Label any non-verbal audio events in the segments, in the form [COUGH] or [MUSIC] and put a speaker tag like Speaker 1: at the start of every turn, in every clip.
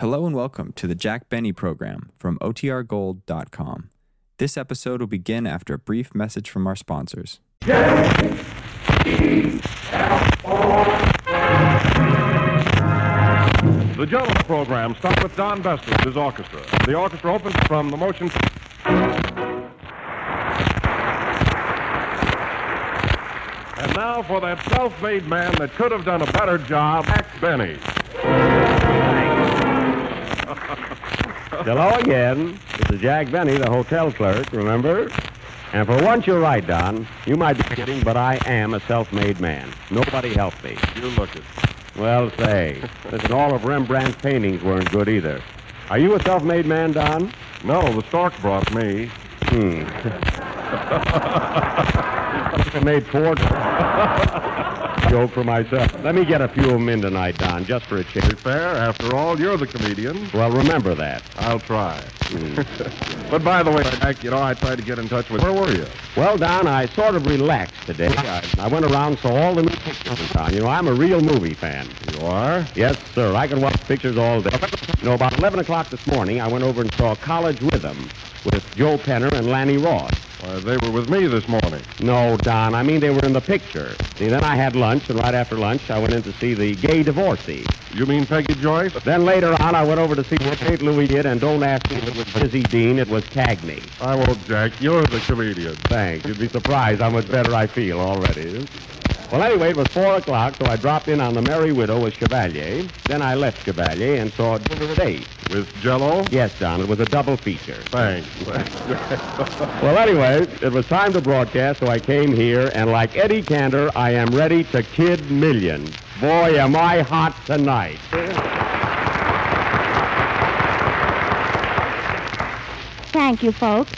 Speaker 1: Hello and welcome to the Jack Benny program from OTRGold.com. This episode will begin after a brief message from our sponsors.
Speaker 2: The Jealous program starts with Don Best with his orchestra. The orchestra opens from the motion. And now for that self-made man that could have done a better job, Jack Benny.
Speaker 3: Hello again. This is Jack Benny, the hotel clerk, remember? And for once, you're right, Don. You might be kidding, but I am a self-made man. Nobody helped me.
Speaker 2: You look it.
Speaker 3: Well, say, listen, all of Rembrandt's paintings weren't good either. Are you a self-made man, Don?
Speaker 2: No, the stork brought me.
Speaker 3: Hmm. [LAUGHS] I made four. [LAUGHS] Joke for myself. Let me get a few of them in tonight, Don, just for a change.
Speaker 2: Fair, after all, you're the comedian.
Speaker 3: Well, remember that.
Speaker 2: I'll try. but by the way, Jack, you know, I tried to get in touch with... Where were you?
Speaker 3: Well, Don, I sort of relaxed today. I, I went around saw all the new pictures in town. You know, I'm a real movie fan.
Speaker 2: You are?
Speaker 3: Yes, sir. I could watch pictures all day. You know, about 11 o'clock this morning, I went over and saw College Rhythm with Joe Penner and Lanny Ross.
Speaker 2: Why, they were with me this morning.
Speaker 3: No, Don, I mean they were in the picture. See, then I had lunch, and right after lunch, I went in to see the gay divorcee.
Speaker 2: You mean Peggy Joyce?
Speaker 3: Then later on, I went over to see what Kate Louis did, and don't ask me if it was Dizzy Dean, it was Cagney.
Speaker 2: I won't, Jack. You're the comedian.
Speaker 3: Thanks. You'd be surprised how much better I feel already. Well, anyway, it was 4 o'clock, so I dropped in on The Merry Widow with Chevalier. Then I left Chevalier and saw Dinner at 8.
Speaker 2: With Jello?
Speaker 3: Yes, Don, it was a double feature.
Speaker 4: [LAUGHS]
Speaker 2: Thanks.
Speaker 3: Well, anyway, it was time to broadcast, so I came here, and like Eddie Cantor, I am ready to kid millions. Boy, am I hot tonight.
Speaker 5: Thank you, folks.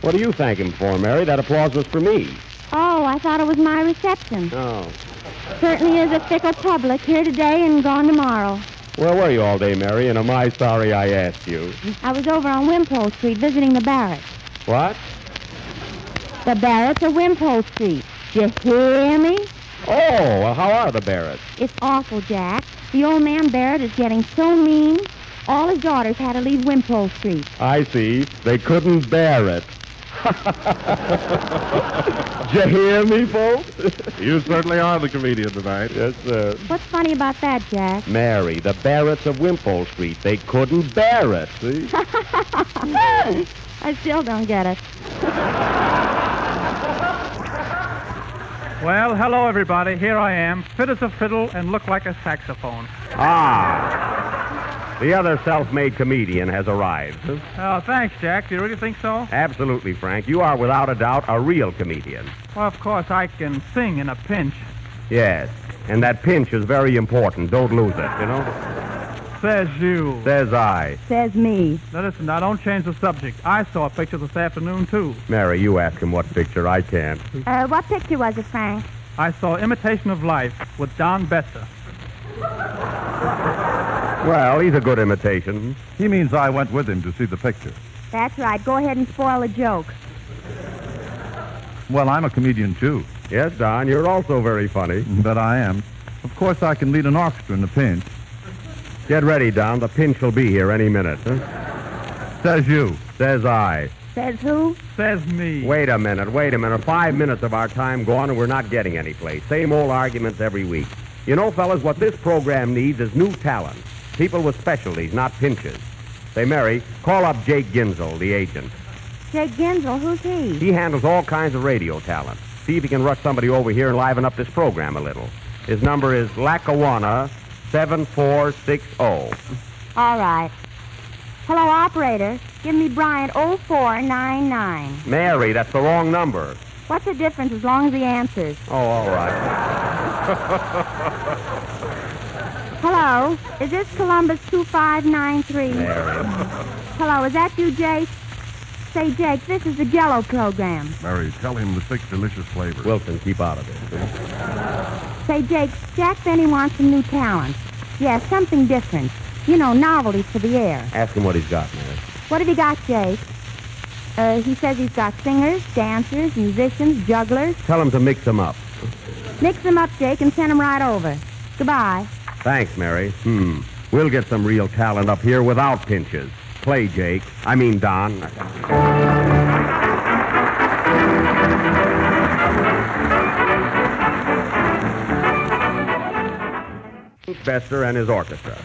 Speaker 3: What do you thank him for, Mary? That applause was for me.
Speaker 5: Oh, I thought it was my reception.
Speaker 3: Oh.
Speaker 5: Certainly is a fickle public, here today and gone tomorrow.
Speaker 3: Where were you all day, Mary, and am I sorry I asked you?
Speaker 5: I was over on Wimpole Street visiting the Barretts.
Speaker 3: What?
Speaker 5: The Barretts are Wimpole Street. You hear me?
Speaker 3: Oh, well, how are the Barretts?
Speaker 5: It's awful, Jack. The old man Barrett is getting so mean. All his daughters had to leave Wimpole Street.
Speaker 3: I see. They couldn't bear it. [LAUGHS] Did you hear me, folks?
Speaker 2: you certainly are the comedian tonight.
Speaker 3: yes, sir.
Speaker 5: What's funny about that, Jack?
Speaker 3: Mary, the Barretts of Wimpole Street, they couldn't bear it. See?
Speaker 5: I still don't get it.
Speaker 6: Well, hello, everybody. Here I am, fit as a fiddle and look like a saxophone.
Speaker 3: [LAUGHS] ah. The other self-made comedian has arrived.
Speaker 6: Oh, thanks, Jack. Do you really think so?
Speaker 3: Absolutely, Frank. You are without a doubt a real comedian.
Speaker 6: Well, of course, I can sing in a pinch.
Speaker 3: Yes. And that pinch is very important. Don't lose it, you know?
Speaker 6: Says you.
Speaker 3: Says I.
Speaker 5: Says me.
Speaker 6: Now, listen, now, don't change the subject. I saw a picture this afternoon, too.
Speaker 3: Mary, you ask him what picture. I can't.
Speaker 5: Uh, what picture was it, Frank?
Speaker 6: I saw Imitation of Life with Don Besser.
Speaker 3: Well, he's a good imitation.
Speaker 4: He means I went with him to see the picture.
Speaker 5: That's right. Go ahead and spoil the joke.
Speaker 4: Well, I'm a comedian, too.
Speaker 3: Yes, Don, you're also very funny.
Speaker 4: That I am. Of course, I can lead an orchestra in a pinch.
Speaker 3: Get ready, Don. The pinch will be here any minute.
Speaker 4: Says you.
Speaker 3: Says I.
Speaker 5: Says who?
Speaker 6: Says me.
Speaker 3: Wait a minute, wait a minute. Five minutes of our time gone and we're not getting any place. Same old arguments every week. You know, fellas, what this program needs is new talent. People with specialties, not pinches. Say, Mary, call up Jake Ginzel, the agent.
Speaker 5: Jake Genzel. Who's he?
Speaker 3: He handles all kinds of radio talent. See if he can rush somebody over here and liven up this program a little. His number is Lackawanna 7460.
Speaker 5: All right. Hello, operator. Give me Bryant 0499.
Speaker 3: Mary, that's the wrong number.
Speaker 5: What's the difference as long as he answers?
Speaker 3: Oh, all right.
Speaker 5: Hello, is this Columbus 2593?
Speaker 3: Mary.
Speaker 5: Hello, is that you, Jake? Say, Jake, this is the Jello program.
Speaker 2: Mary, tell him the six delicious flavors.
Speaker 3: Wilson, keep out of it.
Speaker 5: Say, Jake, Jack Benny wants some new talent. Yes, something different. You know, novelties for the air.
Speaker 3: Ask him what he's got, Mary.
Speaker 5: What have you got, Jake? Uh, he says he's got singers, dancers, musicians, jugglers.
Speaker 3: Tell him to mix them up.
Speaker 5: Mix them up, Jake, and send them right over. Goodbye.
Speaker 3: Thanks, Mary. Hmm. We'll get some real talent up here without pinches. Play, Jake. I mean, Don. Bester and his orchestra.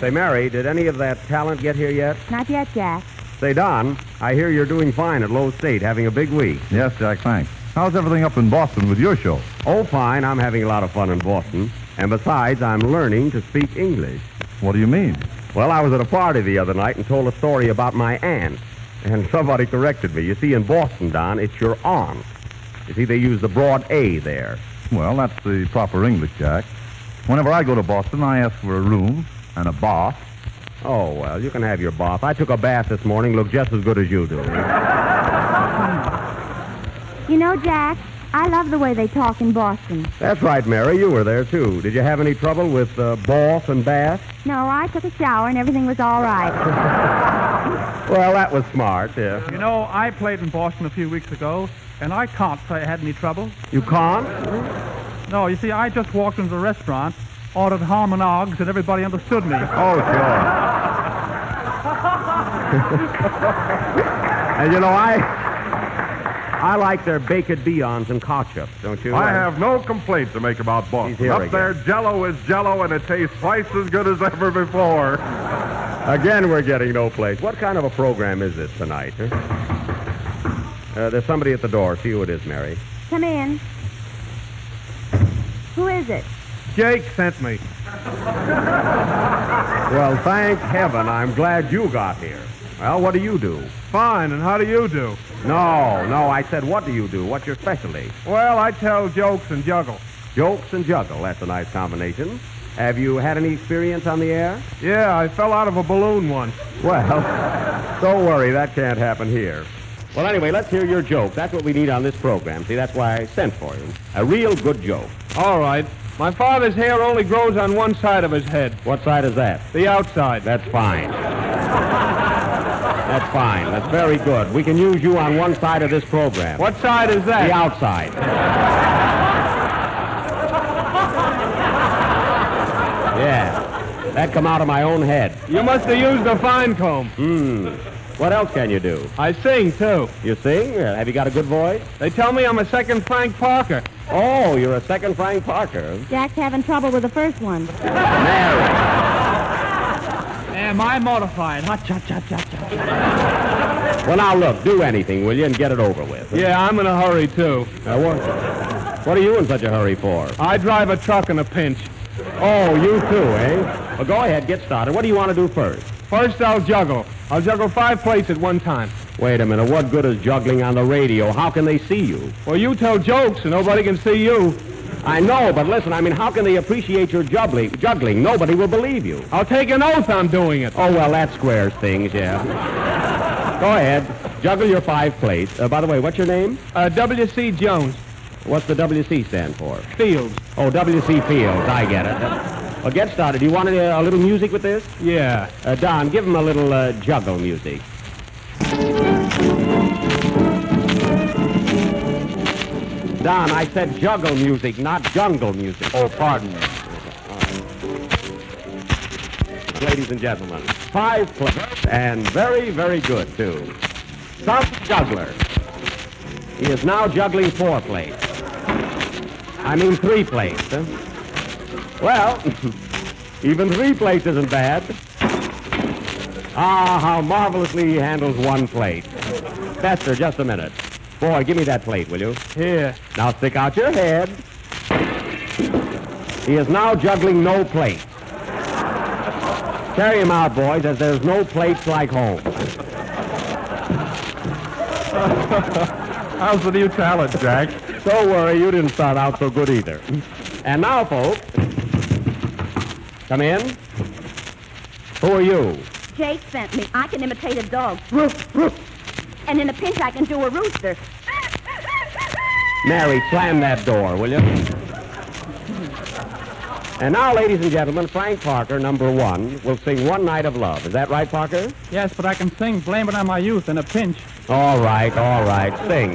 Speaker 3: Say, Mary, did any of that talent get here yet?
Speaker 5: Not yet, Jack.
Speaker 3: Say, Don, I hear you're doing fine at Low State, having a big week.
Speaker 4: Yes, Jack, thanks. How's everything up in Boston with your show?
Speaker 3: Oh, fine. I'm having a lot of fun in Boston. And besides, I'm learning to speak English.
Speaker 4: What do you mean?
Speaker 3: Well, I was at a party the other night and told a story about my aunt. And somebody corrected me. You see, in Boston, Don, it's your aunt. You see, they use the broad A there.
Speaker 4: Well, that's the proper English, Jack. Whenever I go to Boston, I ask for a room and a bath.
Speaker 3: Oh, well, you can have your bath. I took a bath this morning. Look just as good as you do.
Speaker 5: You know, Jack, I love the way they talk in Boston.
Speaker 3: That's right, Mary. You were there, too. Did you have any trouble with uh, bath and bath?
Speaker 5: No, I took a shower and everything was all right.
Speaker 3: Well, that was smart, yeah.
Speaker 6: You know, I played in Boston a few weeks ago, and I can't say I had any trouble.
Speaker 3: You can't?
Speaker 6: No, you see, I just walked into the restaurant, ordered ham and eggs, and everybody understood me.
Speaker 4: Oh, sure.
Speaker 3: [LAUGHS] And you know, I I like their baked beyonds and ketchup, don't you?
Speaker 2: I have no complaint to make about
Speaker 3: He's
Speaker 2: Boston.
Speaker 3: here
Speaker 2: Up
Speaker 3: again.
Speaker 2: there, Jello is Jello, and it tastes twice as good as ever before.
Speaker 3: Again, we're getting no place. What kind of a program is this tonight? Huh? Uh, there's somebody at the door. See who it is, Mary.
Speaker 5: Come in. Who is it?
Speaker 6: Jake sent me.
Speaker 3: Well, thank heaven. I'm glad you got here. Well, what do you do?
Speaker 6: Fine, and how do you do?
Speaker 3: No, no, I said, what do you do? What's your specialty?
Speaker 6: Well, I tell jokes and juggle.
Speaker 3: Jokes and juggle. That's a nice combination. Have you had any experience on the air?
Speaker 6: Yeah, I fell out of a balloon once.
Speaker 3: Well, [LAUGHS] don't worry, that can't happen here. Well, anyway, let's hear your joke. That's what we need on this program. See, that's why I sent for you. A real good joke.
Speaker 7: All right. My father's hair only grows on one side of his head,
Speaker 3: What side is that?
Speaker 7: the outside.
Speaker 3: That's fine. That's fine. That's very good. We can use you on one side of this program.
Speaker 7: What side is
Speaker 3: The
Speaker 7: that?
Speaker 3: outside. yeah. That come out of my own head.
Speaker 7: You must have used a fine comb.
Speaker 3: What else can you do?
Speaker 7: I sing, too.
Speaker 3: You sing? Uh, Have you got a good voice?
Speaker 7: They tell me I'm a second Frank Parker.
Speaker 3: Oh, you're a second Frank Parker.
Speaker 5: Jack's having trouble with the first one.
Speaker 6: Am I mortified? Ha, cha, cha, cha, cha.
Speaker 3: Well, now look, do anything, will you, and get it over with.
Speaker 7: Yeah, I'm in a hurry, too.
Speaker 3: Now, what, what are you in such a hurry for?
Speaker 7: I drive a truck in a pinch.
Speaker 3: Oh, you too, eh? Well, go ahead, get started. What do you want to do first?
Speaker 7: First, I'll juggle. I'll juggle five plates at one time.
Speaker 3: Wait a minute. What good is juggling on the radio? How can they see you?
Speaker 7: Well, you tell jokes, and nobody can see you.
Speaker 3: I know, but listen. I mean, how can they appreciate your juggling? Juggling. Nobody will believe you.
Speaker 7: I'll take an oath I'm doing it.
Speaker 3: Oh well, that squares things. Yeah. go ahead. Juggle your five plates. Uh, by the way, what's your name?
Speaker 7: Uh, W.C. Jones,
Speaker 3: What's the WC stand for?
Speaker 7: Fields.
Speaker 3: Oh, WC Fields. I get it. Well, get started. Do you want uh, a, a little music with this?
Speaker 7: Yeah.
Speaker 3: Uh, Don, give him a little uh, juggle music. Don, I said juggle music, not jungle music. Oh, pardon me. Ladies and gentlemen, five players, and very, very good, too. Some juggler. He is now juggling four plates. I mean three plates. Huh? Well, [LAUGHS] even three plates isn't bad. Ah, how marvelously he handles one plate. Fester, just a minute. Boy, give me that plate, will you?
Speaker 7: Here.
Speaker 3: Now stick out your head. He is now juggling no plate. Carry him out, boys, as there's no plates like home.
Speaker 2: How's the new talent, Jack?
Speaker 3: Don't worry, you didn't start out so good either. And now, folks, come in. Who are you?
Speaker 5: Jake sent me. I can imitate a dog. And in a pinch, I can do a rooster.
Speaker 3: Mary, slam that door, will you? And now, ladies and gentlemen, Frank Parker, number one, will sing One Night of Love. Is that right, Parker?
Speaker 6: Yes, but I can sing. Blame it on my youth in a pinch.
Speaker 3: All right, all right, sing.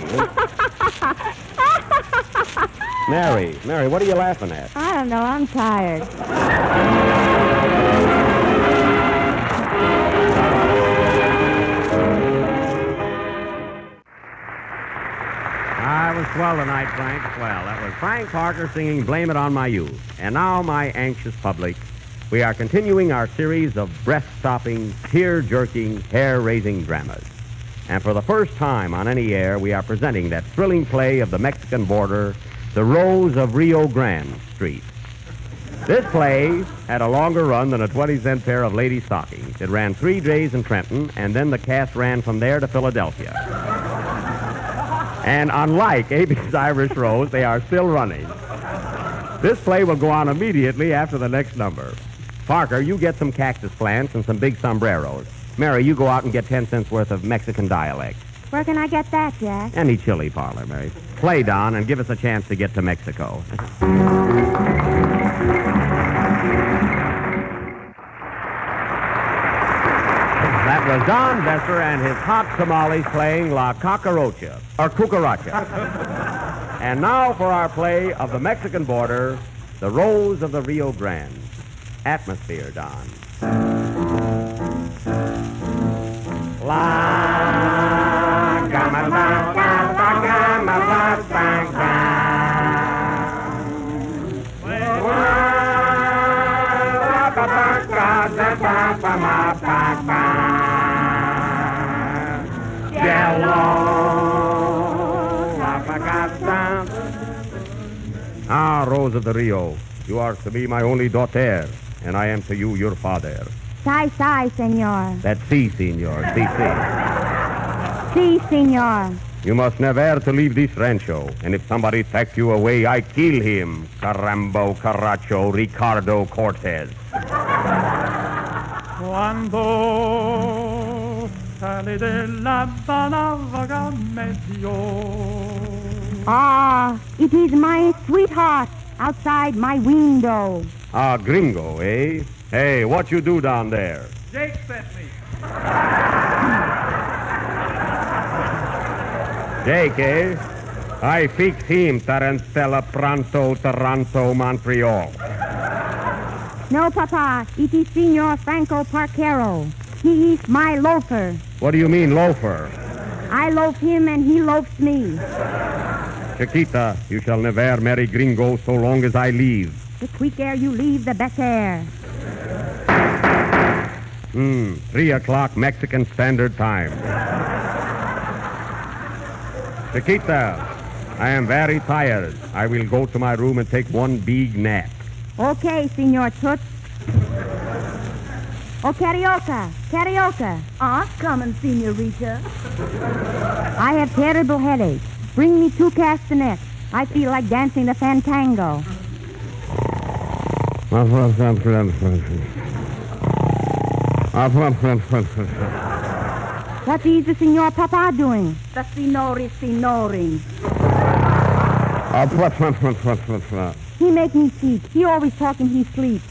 Speaker 3: Mary, Mary, what are you laughing at?
Speaker 5: I don't know. I'm tired.
Speaker 3: swell tonight, Frank. Swell. That was Frank Parker singing Blame It On My Youth. And now, my anxious public, we are continuing our series of breath stopping, tear jerking, hair raising dramas. And for the first time on any air, we are presenting that thrilling play of the Mexican border, The Rose of Rio Grande Street. This play had a longer run than a 20 cent pair of ladies' stockings. It ran three days in Trenton, and then the cast ran from there to Philadelphia. And unlike AB's [LAUGHS] Irish Rose, they are still running. This play will go on immediately after the next number. Parker, you get some cactus plants and some big sombreros. Mary, you go out and get 10 cents worth of Mexican dialect.
Speaker 5: Where can I get that, Jack?
Speaker 3: Any chili parlor, Mary. Play, Don, and give us a chance to get to Mexico. That was Don Besser and his hot tamales playing La Cucaracha, or Cucaracha. and now for our play of the Mexican border, The Rose of the Rio Grande. Atmosphere, Don. La gama, la gama, la Ah, Rose of the Rio, you are to be my only daughter, and I am to you your father.
Speaker 5: Sai, sai, senor.
Speaker 3: That's si, senor, si, si.
Speaker 5: Si, senor.
Speaker 3: You must never to leave this rancho, and if somebody takes you away, I kill him. Carambo, Caracho, Ricardo Cortez.
Speaker 6: Cuando sale de la banavaga medio.
Speaker 5: Ah, it is my sweetheart outside my window.
Speaker 3: Ah, gringo, eh? Hey, what you do down there?
Speaker 6: Jake sent me.
Speaker 3: Jake, eh? I fix him, Tarantella, Pronto, Taranto, Montreal.
Speaker 5: No, Papa, it is Senor Franco Parquero. He is my loafer.
Speaker 3: What do you mean, loafer?
Speaker 5: I loaf him and he loafs me.
Speaker 3: Chiquita, you shall never marry gringo so long as I live.
Speaker 5: The quicker you leave, the better.
Speaker 3: Hmm, three o'clock Mexican Standard Time. Chiquita, I am very tired. I will go to my room and take one big nap.
Speaker 5: Okay, Senor Toots. Oh, carioca, carioca.
Speaker 8: Ah, coming, senorita.
Speaker 5: I have terrible headache. Bring me two castanets. I feel like dancing the fandango. What is the Senor Papa doing?
Speaker 8: The senor is senoring.
Speaker 5: He make me sick. He always talking he sleep.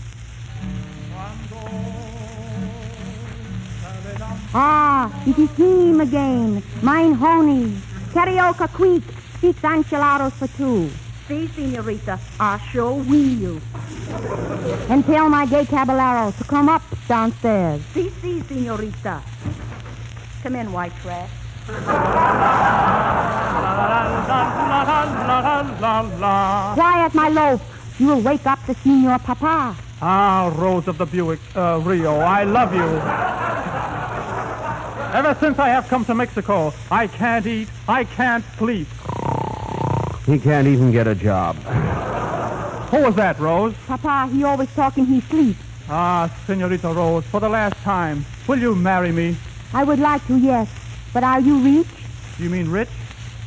Speaker 5: Ah, it is him again. Mine honey. Carioca quick. Six enchiladas for two.
Speaker 8: See, senorita, I sure will.
Speaker 5: And tell my gay caballero to come up downstairs.
Speaker 8: See, see, senorita. Come in, white trash.
Speaker 6: La la la la la la.
Speaker 5: Quiet, my loaf. You will wake up the Senor Papa.
Speaker 6: Ah, Rose of the Buick, uh, Rio, I love you. Ever since I have come to Mexico, I can't eat, I can't sleep.
Speaker 3: He can't even get a job.
Speaker 6: Who was that, Rose?
Speaker 5: Papa, he always talking he sleep.
Speaker 6: Ah, Senorita Rose, for the last time, will you marry me?
Speaker 5: I would like to, yes. But are you rich?
Speaker 6: You mean rich?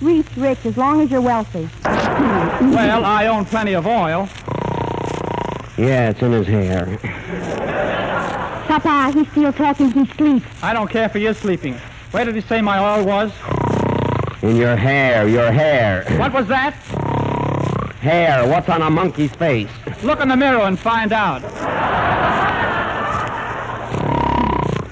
Speaker 5: Rich, rich, as long as you're wealthy.
Speaker 6: Well, I own plenty of oil.
Speaker 3: Yeah, it's in his hair.
Speaker 5: Papa, he still talking he sleep.
Speaker 6: I don't care for your sleeping. Where did he say my oil was?
Speaker 3: In your hair, your hair.
Speaker 6: What was that?
Speaker 3: Hair, what's on a monkey's face?
Speaker 6: Look in the mirror and find out.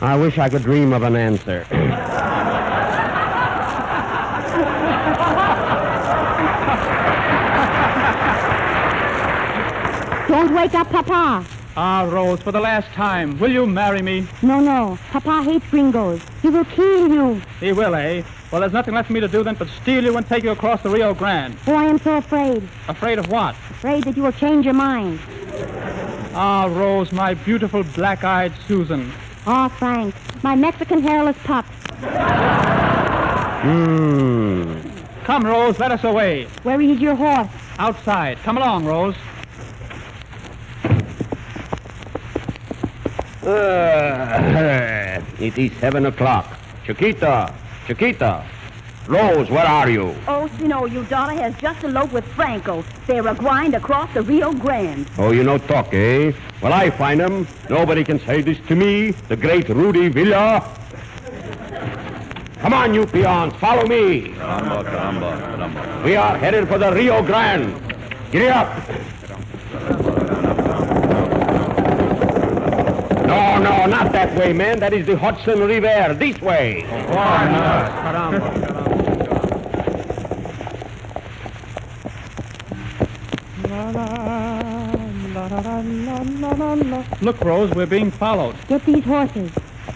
Speaker 3: I wish I could dream of an answer. [CLEARS THROAT]
Speaker 5: Don't wake up Papa.
Speaker 6: Uh, Ah, Rose, for the last time, will you marry me?
Speaker 5: No, no. Papa hates gringos. He will kill you.
Speaker 6: He will, eh? Well, there's nothing left for me to do then but steal you and take you across the Rio Grande.
Speaker 5: Oh, I am so afraid.
Speaker 6: Afraid of what?
Speaker 5: Afraid that you will change your mind.
Speaker 6: Ah, Rose, my beautiful black-eyed Susan.
Speaker 5: Oh, Frank, my Mexican hairless pup.
Speaker 6: Come, Rose, let us away.
Speaker 5: Where is your horse?
Speaker 6: Outside. Come along, Rose.
Speaker 3: Uh, [LAUGHS] it is seven o'clock. Chiquita, Chiquita, Rose, where are you?
Speaker 8: Oh, you know, your daughter has just eloped with Franco. They're a grind across the Rio Grande.
Speaker 3: Oh, you no talk, eh? Well, I find him. Nobody can say this to me, the great Rudy Villa. Come on, you peons, follow me. We are headed for the Rio Grande. Giddy up. No, no, not that way, man. That is the Hudson River. This way.
Speaker 6: Look, Rose, we're being followed.
Speaker 5: Get these horses.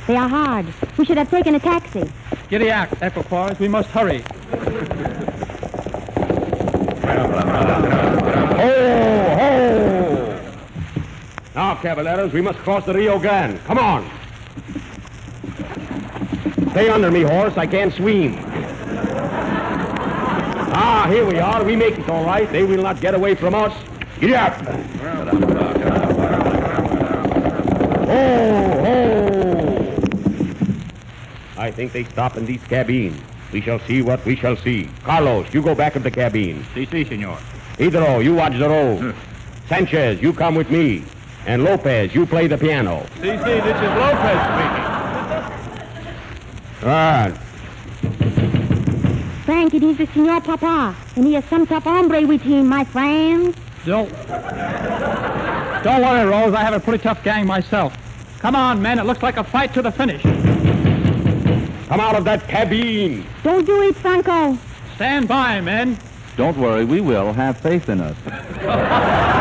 Speaker 5: They are hard. We should have taken a taxi.
Speaker 6: Giddy act, Equipoise. We must hurry.
Speaker 3: Ho, ho! Now, caballeros, we must cross the Rio Grande. Come on. Stay under me, horse. I can't swim. Ah, here we are. We make it all right. They will not get away from us. Get up. Ho, ho! I think they stop in these cabines. We shall see what we shall see. Carlos, you go back of the cabine. Pedro, you watch
Speaker 7: [LAUGHS]
Speaker 3: the road. Sanchez, you come with me. And Lopez, you play the piano.
Speaker 7: See, see, this is Lopez speaking.
Speaker 3: All right.
Speaker 5: Frank, it is the Senor Papa, and he has some tough hombre with him, my friend.
Speaker 6: Don't. Don't worry, Rose. I have a pretty tough gang myself. Come on, men. It looks like a fight to the finish.
Speaker 3: Come out of that cabine.
Speaker 5: Don't do it, Franco.
Speaker 6: Stand by, men.
Speaker 9: Don't worry, we will. Have faith in us.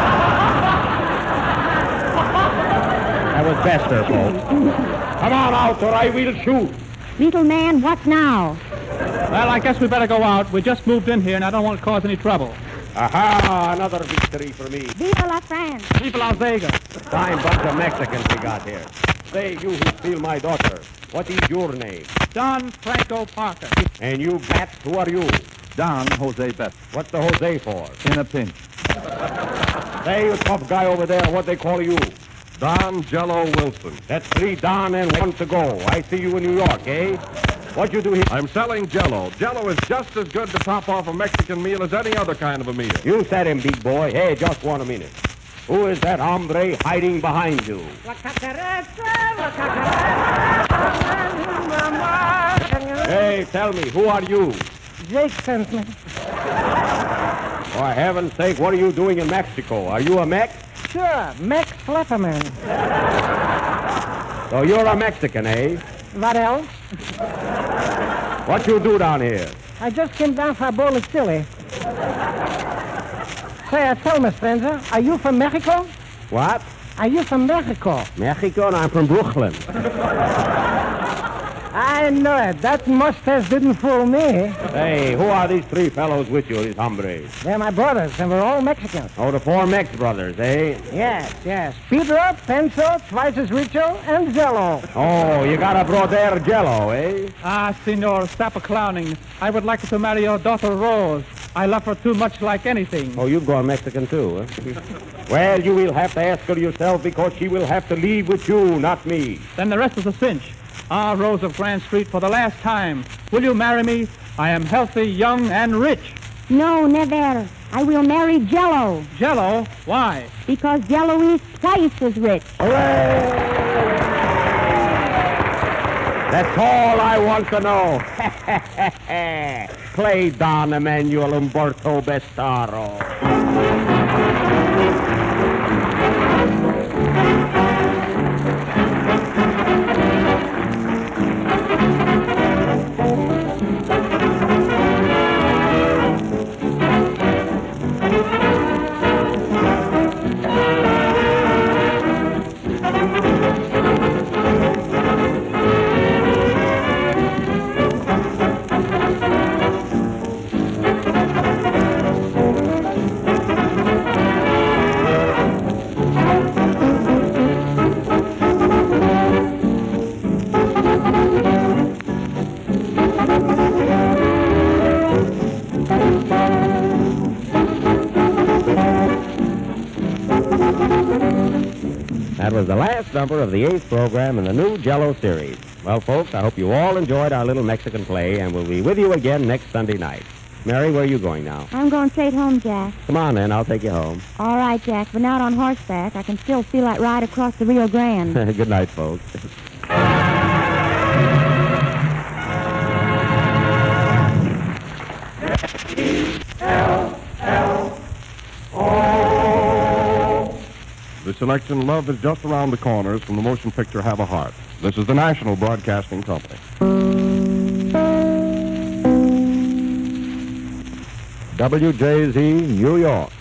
Speaker 3: That was faster, folks. Come on out or I will shoot.
Speaker 5: Little man, what now?
Speaker 6: Well, I guess we better go out. We just moved in here, and I don't want to cause any trouble.
Speaker 3: Aha, another victory for me.
Speaker 5: Viva la France.
Speaker 6: People Las Vegas.
Speaker 3: Fine bunch of Mexicans we got here. Say, you who steal my daughter, what is your name?
Speaker 6: Don Franco Parker.
Speaker 3: And you bats, who are you?
Speaker 9: Don Jose Best,
Speaker 3: What's the Jose for?
Speaker 9: in a pinch.
Speaker 3: Say, you tough guy over there, what they call you?
Speaker 2: Don Jello Wilson.
Speaker 3: That's three Don and one to go. I see you in New York, eh? What you do here?
Speaker 2: I'm selling Jello. Jello is just as good to top off a Mexican meal as any other kind of a meal.
Speaker 3: You set him, big boy. Hey, just one a minute. Who is that hombre hiding behind you? Hey, tell me, who are you? Jake Fentman. For heaven's sake, what are you doing in Mexico? Are you a Mex?
Speaker 10: Sure, Max Flapperman.
Speaker 3: So you're a Mexican, eh?
Speaker 10: What else?
Speaker 3: What you do down here?
Speaker 10: I just came down for a bowl of chili. Say, uh, tell me, stranger, are you from Mexico?
Speaker 3: What?
Speaker 10: Are you from Mexico?
Speaker 3: Mexico, and I'm from Brooklyn.
Speaker 10: I know it. That mustache didn't fool me.
Speaker 3: Hey, who are these three fellows with you, these hombres?
Speaker 10: They're my brothers, and we're all Mexicans.
Speaker 3: Oh, the four Mex brothers, eh?
Speaker 10: Yes, yes. Pedro, Penso, Twice as Richo, and Zello.
Speaker 3: Oh, you got a brother Jello, eh?
Speaker 6: Ah, senor, stop a clowning. I would like to marry your daughter, Rose. I love her too much like anything.
Speaker 3: Oh, you've gone Mexican too, huh? well, you will have to ask her yourself because she will have to leave with you, not me.
Speaker 6: Then the rest is a cinch. Ah, Rose of Grand Street, for the last time, will you marry me? I am healthy, young, and rich.
Speaker 5: No, never. I will marry Jello
Speaker 6: Jello, why?
Speaker 5: because Jello is twice as rich.
Speaker 3: That's all I want to know. [LAUGHS] Play Don Emmanuel Umberto Bestaro. number of the eighth program in the new Jello series. Well, folks, I hope you all enjoyed our little Mexican play, and we'll be with you again next Sunday night. Mary, where are you going now?
Speaker 5: I'm going straight home, Jack.
Speaker 3: Come on, then. I'll take you home.
Speaker 5: All right, Jack, but not on horseback. I can still feel that ride across the Rio Grande.
Speaker 3: [LAUGHS] Good night, folks.
Speaker 11: The selection Love is just around the corners from the motion picture Have a Heart. This is the National Broadcasting Company.
Speaker 12: WJZ, New York.